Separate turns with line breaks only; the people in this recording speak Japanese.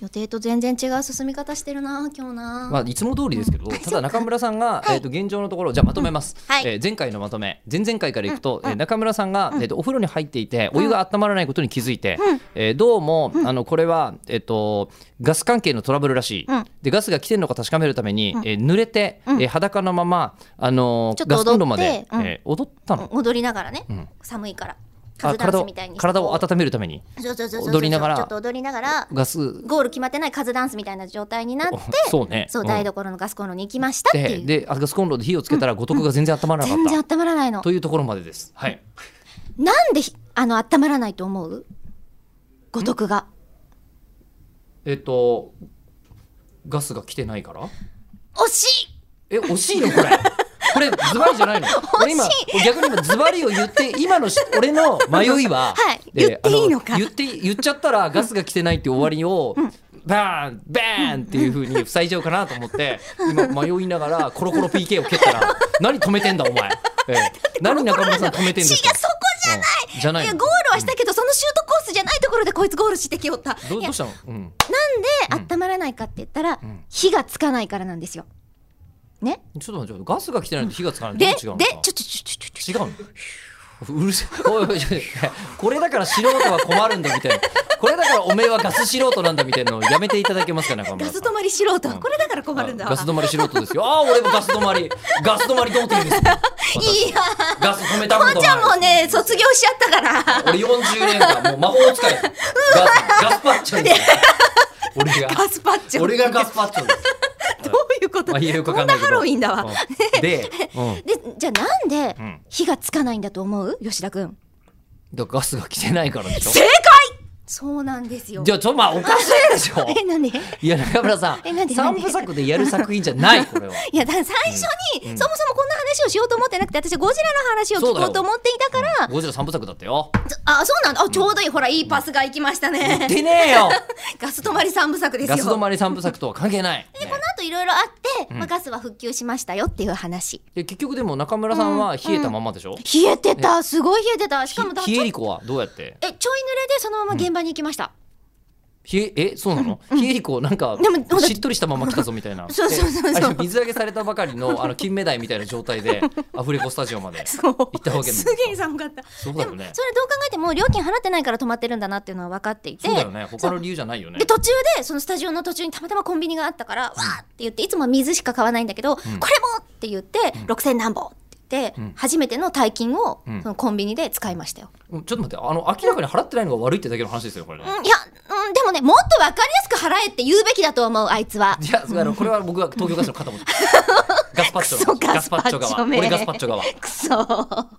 予定と全然違う進み方してるな今日な、
まあ、いつも通りですけど、ただ中村さんが、
はい
えー、と現状のところじゃあまとめます、
うんはい
えー前回のまとめ前々回からいくと、えー中村さんが、えー、とお風呂に入っていてお湯が温まらないことに気づいて、えーどうも、あのこれは、えー、とガス関係のトラブルらしい、
うん
でガスが来てるのか確かめるために、えー濡れて、えー裸のまま、あのー
ちょっと
ガスコンロまで、
踊って
えー踊ったの、
踊りながらね、
ん
寒いからカ
あ
ズダン
体
ス
を
みたいにして
体を温めるために
そうそうそうそう
踊りながら
ちょっと踊りながら
ガス
ゴール決まってないカズダンスみたいな状態になって
そうね
そう、
ん
台所のガスコンロに行きましたって
で
いう
であガスコンロで火をつけたら五徳が全然温まらなかっ
全
た、
然温まらないの
というところまでです。はい
なんでひあの温まらないと思う五徳が
えっと、ガスが来てないから
惜しい
え、惜しいのこれ。これ、ズバリじゃない の。俺今、逆に今、ズバリを言って、今のし俺の迷い は、
はい
え
言っていいのか
あ言って、言っちゃったら、ガスが来てないって終わりを、バーン、バーンっていうふうに塞いじゃうかなと思って、今、迷いながら、コロコロ PK を蹴ったら、何止めてんだ、お前。え え何中村さん止めてん
違う
だ
そこじゃない
うんじゃない
いや
の
ゴールはしたけど、そのシュートコースじゃないところでこいつゴールしてきよった
どう
いや
どうしたの、うん、
なんで温まらないかって言ったら、
ん
火がつかないからなんですよね
ちょっと待って、ガスが来てないと火がつかない
でで
ど
ち
う違う
ょ
の
ち
か
ょちょちょちょち
違うのうるせえおいおいおいこれだから素人は困るんだみたいなこれだからおめえはガス素人なんだみたいなのやめていただけますか中
ょ
村
ガス
さ
止
ん
まり素人、
うん
これだから困るんだ
あ
わ
ガス止まり素人ですよああ俺もガス止まりガス止まり童貞です
いや
ガス止めたこ
も
とない
んちゃんもね卒業しちゃったから
俺40年間もう魔法使いですガスガスパッチョです俺が
ガスパッチョ
俺がガスパッチョです
どういうこと、
まあいいよくわ
こ
か
ん
ん
な
な
い
けど
ハロウィンだわ、
うんで、うん
でじゃあなんで
うん
火がつかないんだと思う吉田君
だからガスが来てないからでしょ
正解そうなんですよ
じゃあちょまあおかしいでしょ
えなんで
いや中村さ
えなん
ん
でなん
三
で
部作でやる作品じゃないこれはい
やだから最初に、そもそもこんな話をしようと思ってなくて私はゴジラの話を
そう
聞
だ
こ
よ
うと思っていたから
ゴジラ三部作だったよ。
ずあそうなんだあちょうどいい、ほらいいパスが行きましたね、
でねえよ。
ガス止まり三部作ですよ
ガス止まり三部作とは関係ない。ね
この後いろいろあって、まあ、ガスは復旧しましたよっていう話
で結局でも中村さんは冷えたままでしょ。
冷えてたすごい冷えてたしかもだ
ひ冷えりこはどうやって？
えちょい濡れでそのまま現場に行きました、
冷ええそうなの？冷えりこなんか
でもほら
しっとりしたまま来たぞみたいな。
そうそうそうそう
であれ水揚げされたばかりのあの金目鯛みたいな状態でアフレコスタジオま で。
そう
行ったわけなんですす
げえ寒かった、
そうだ
でもそれど
よ
う
ね
考。えても料金払ってないから泊まってるんだなっていうのは分かっていて
そうだよね。他の理由じゃないよね
で。途中でそのスタジオの途中にたまたまコンビニがあったから、わーって言っていつもは水しか買わないんだけど、これもって言って、6,000何本って言って、
ん
初めての大金を
ん
そのコンビニで使いましたよ、
うんちょっと待ってあの明らかに払ってないのが悪いってだけの話ですよこれね
うん。いや、うん、でもねもっと分かりやすく払えって言うべきだと思うあいつは。
いや、そうあのこれは僕が 東京ガスの肩持って。ガスパッチョ
そう
の。
ガ
ガ
ス
ス
パ
パ
ッ
ッ
チ
チ
ョ
ョ
め
側。俺ガスパッチョ側。
くそー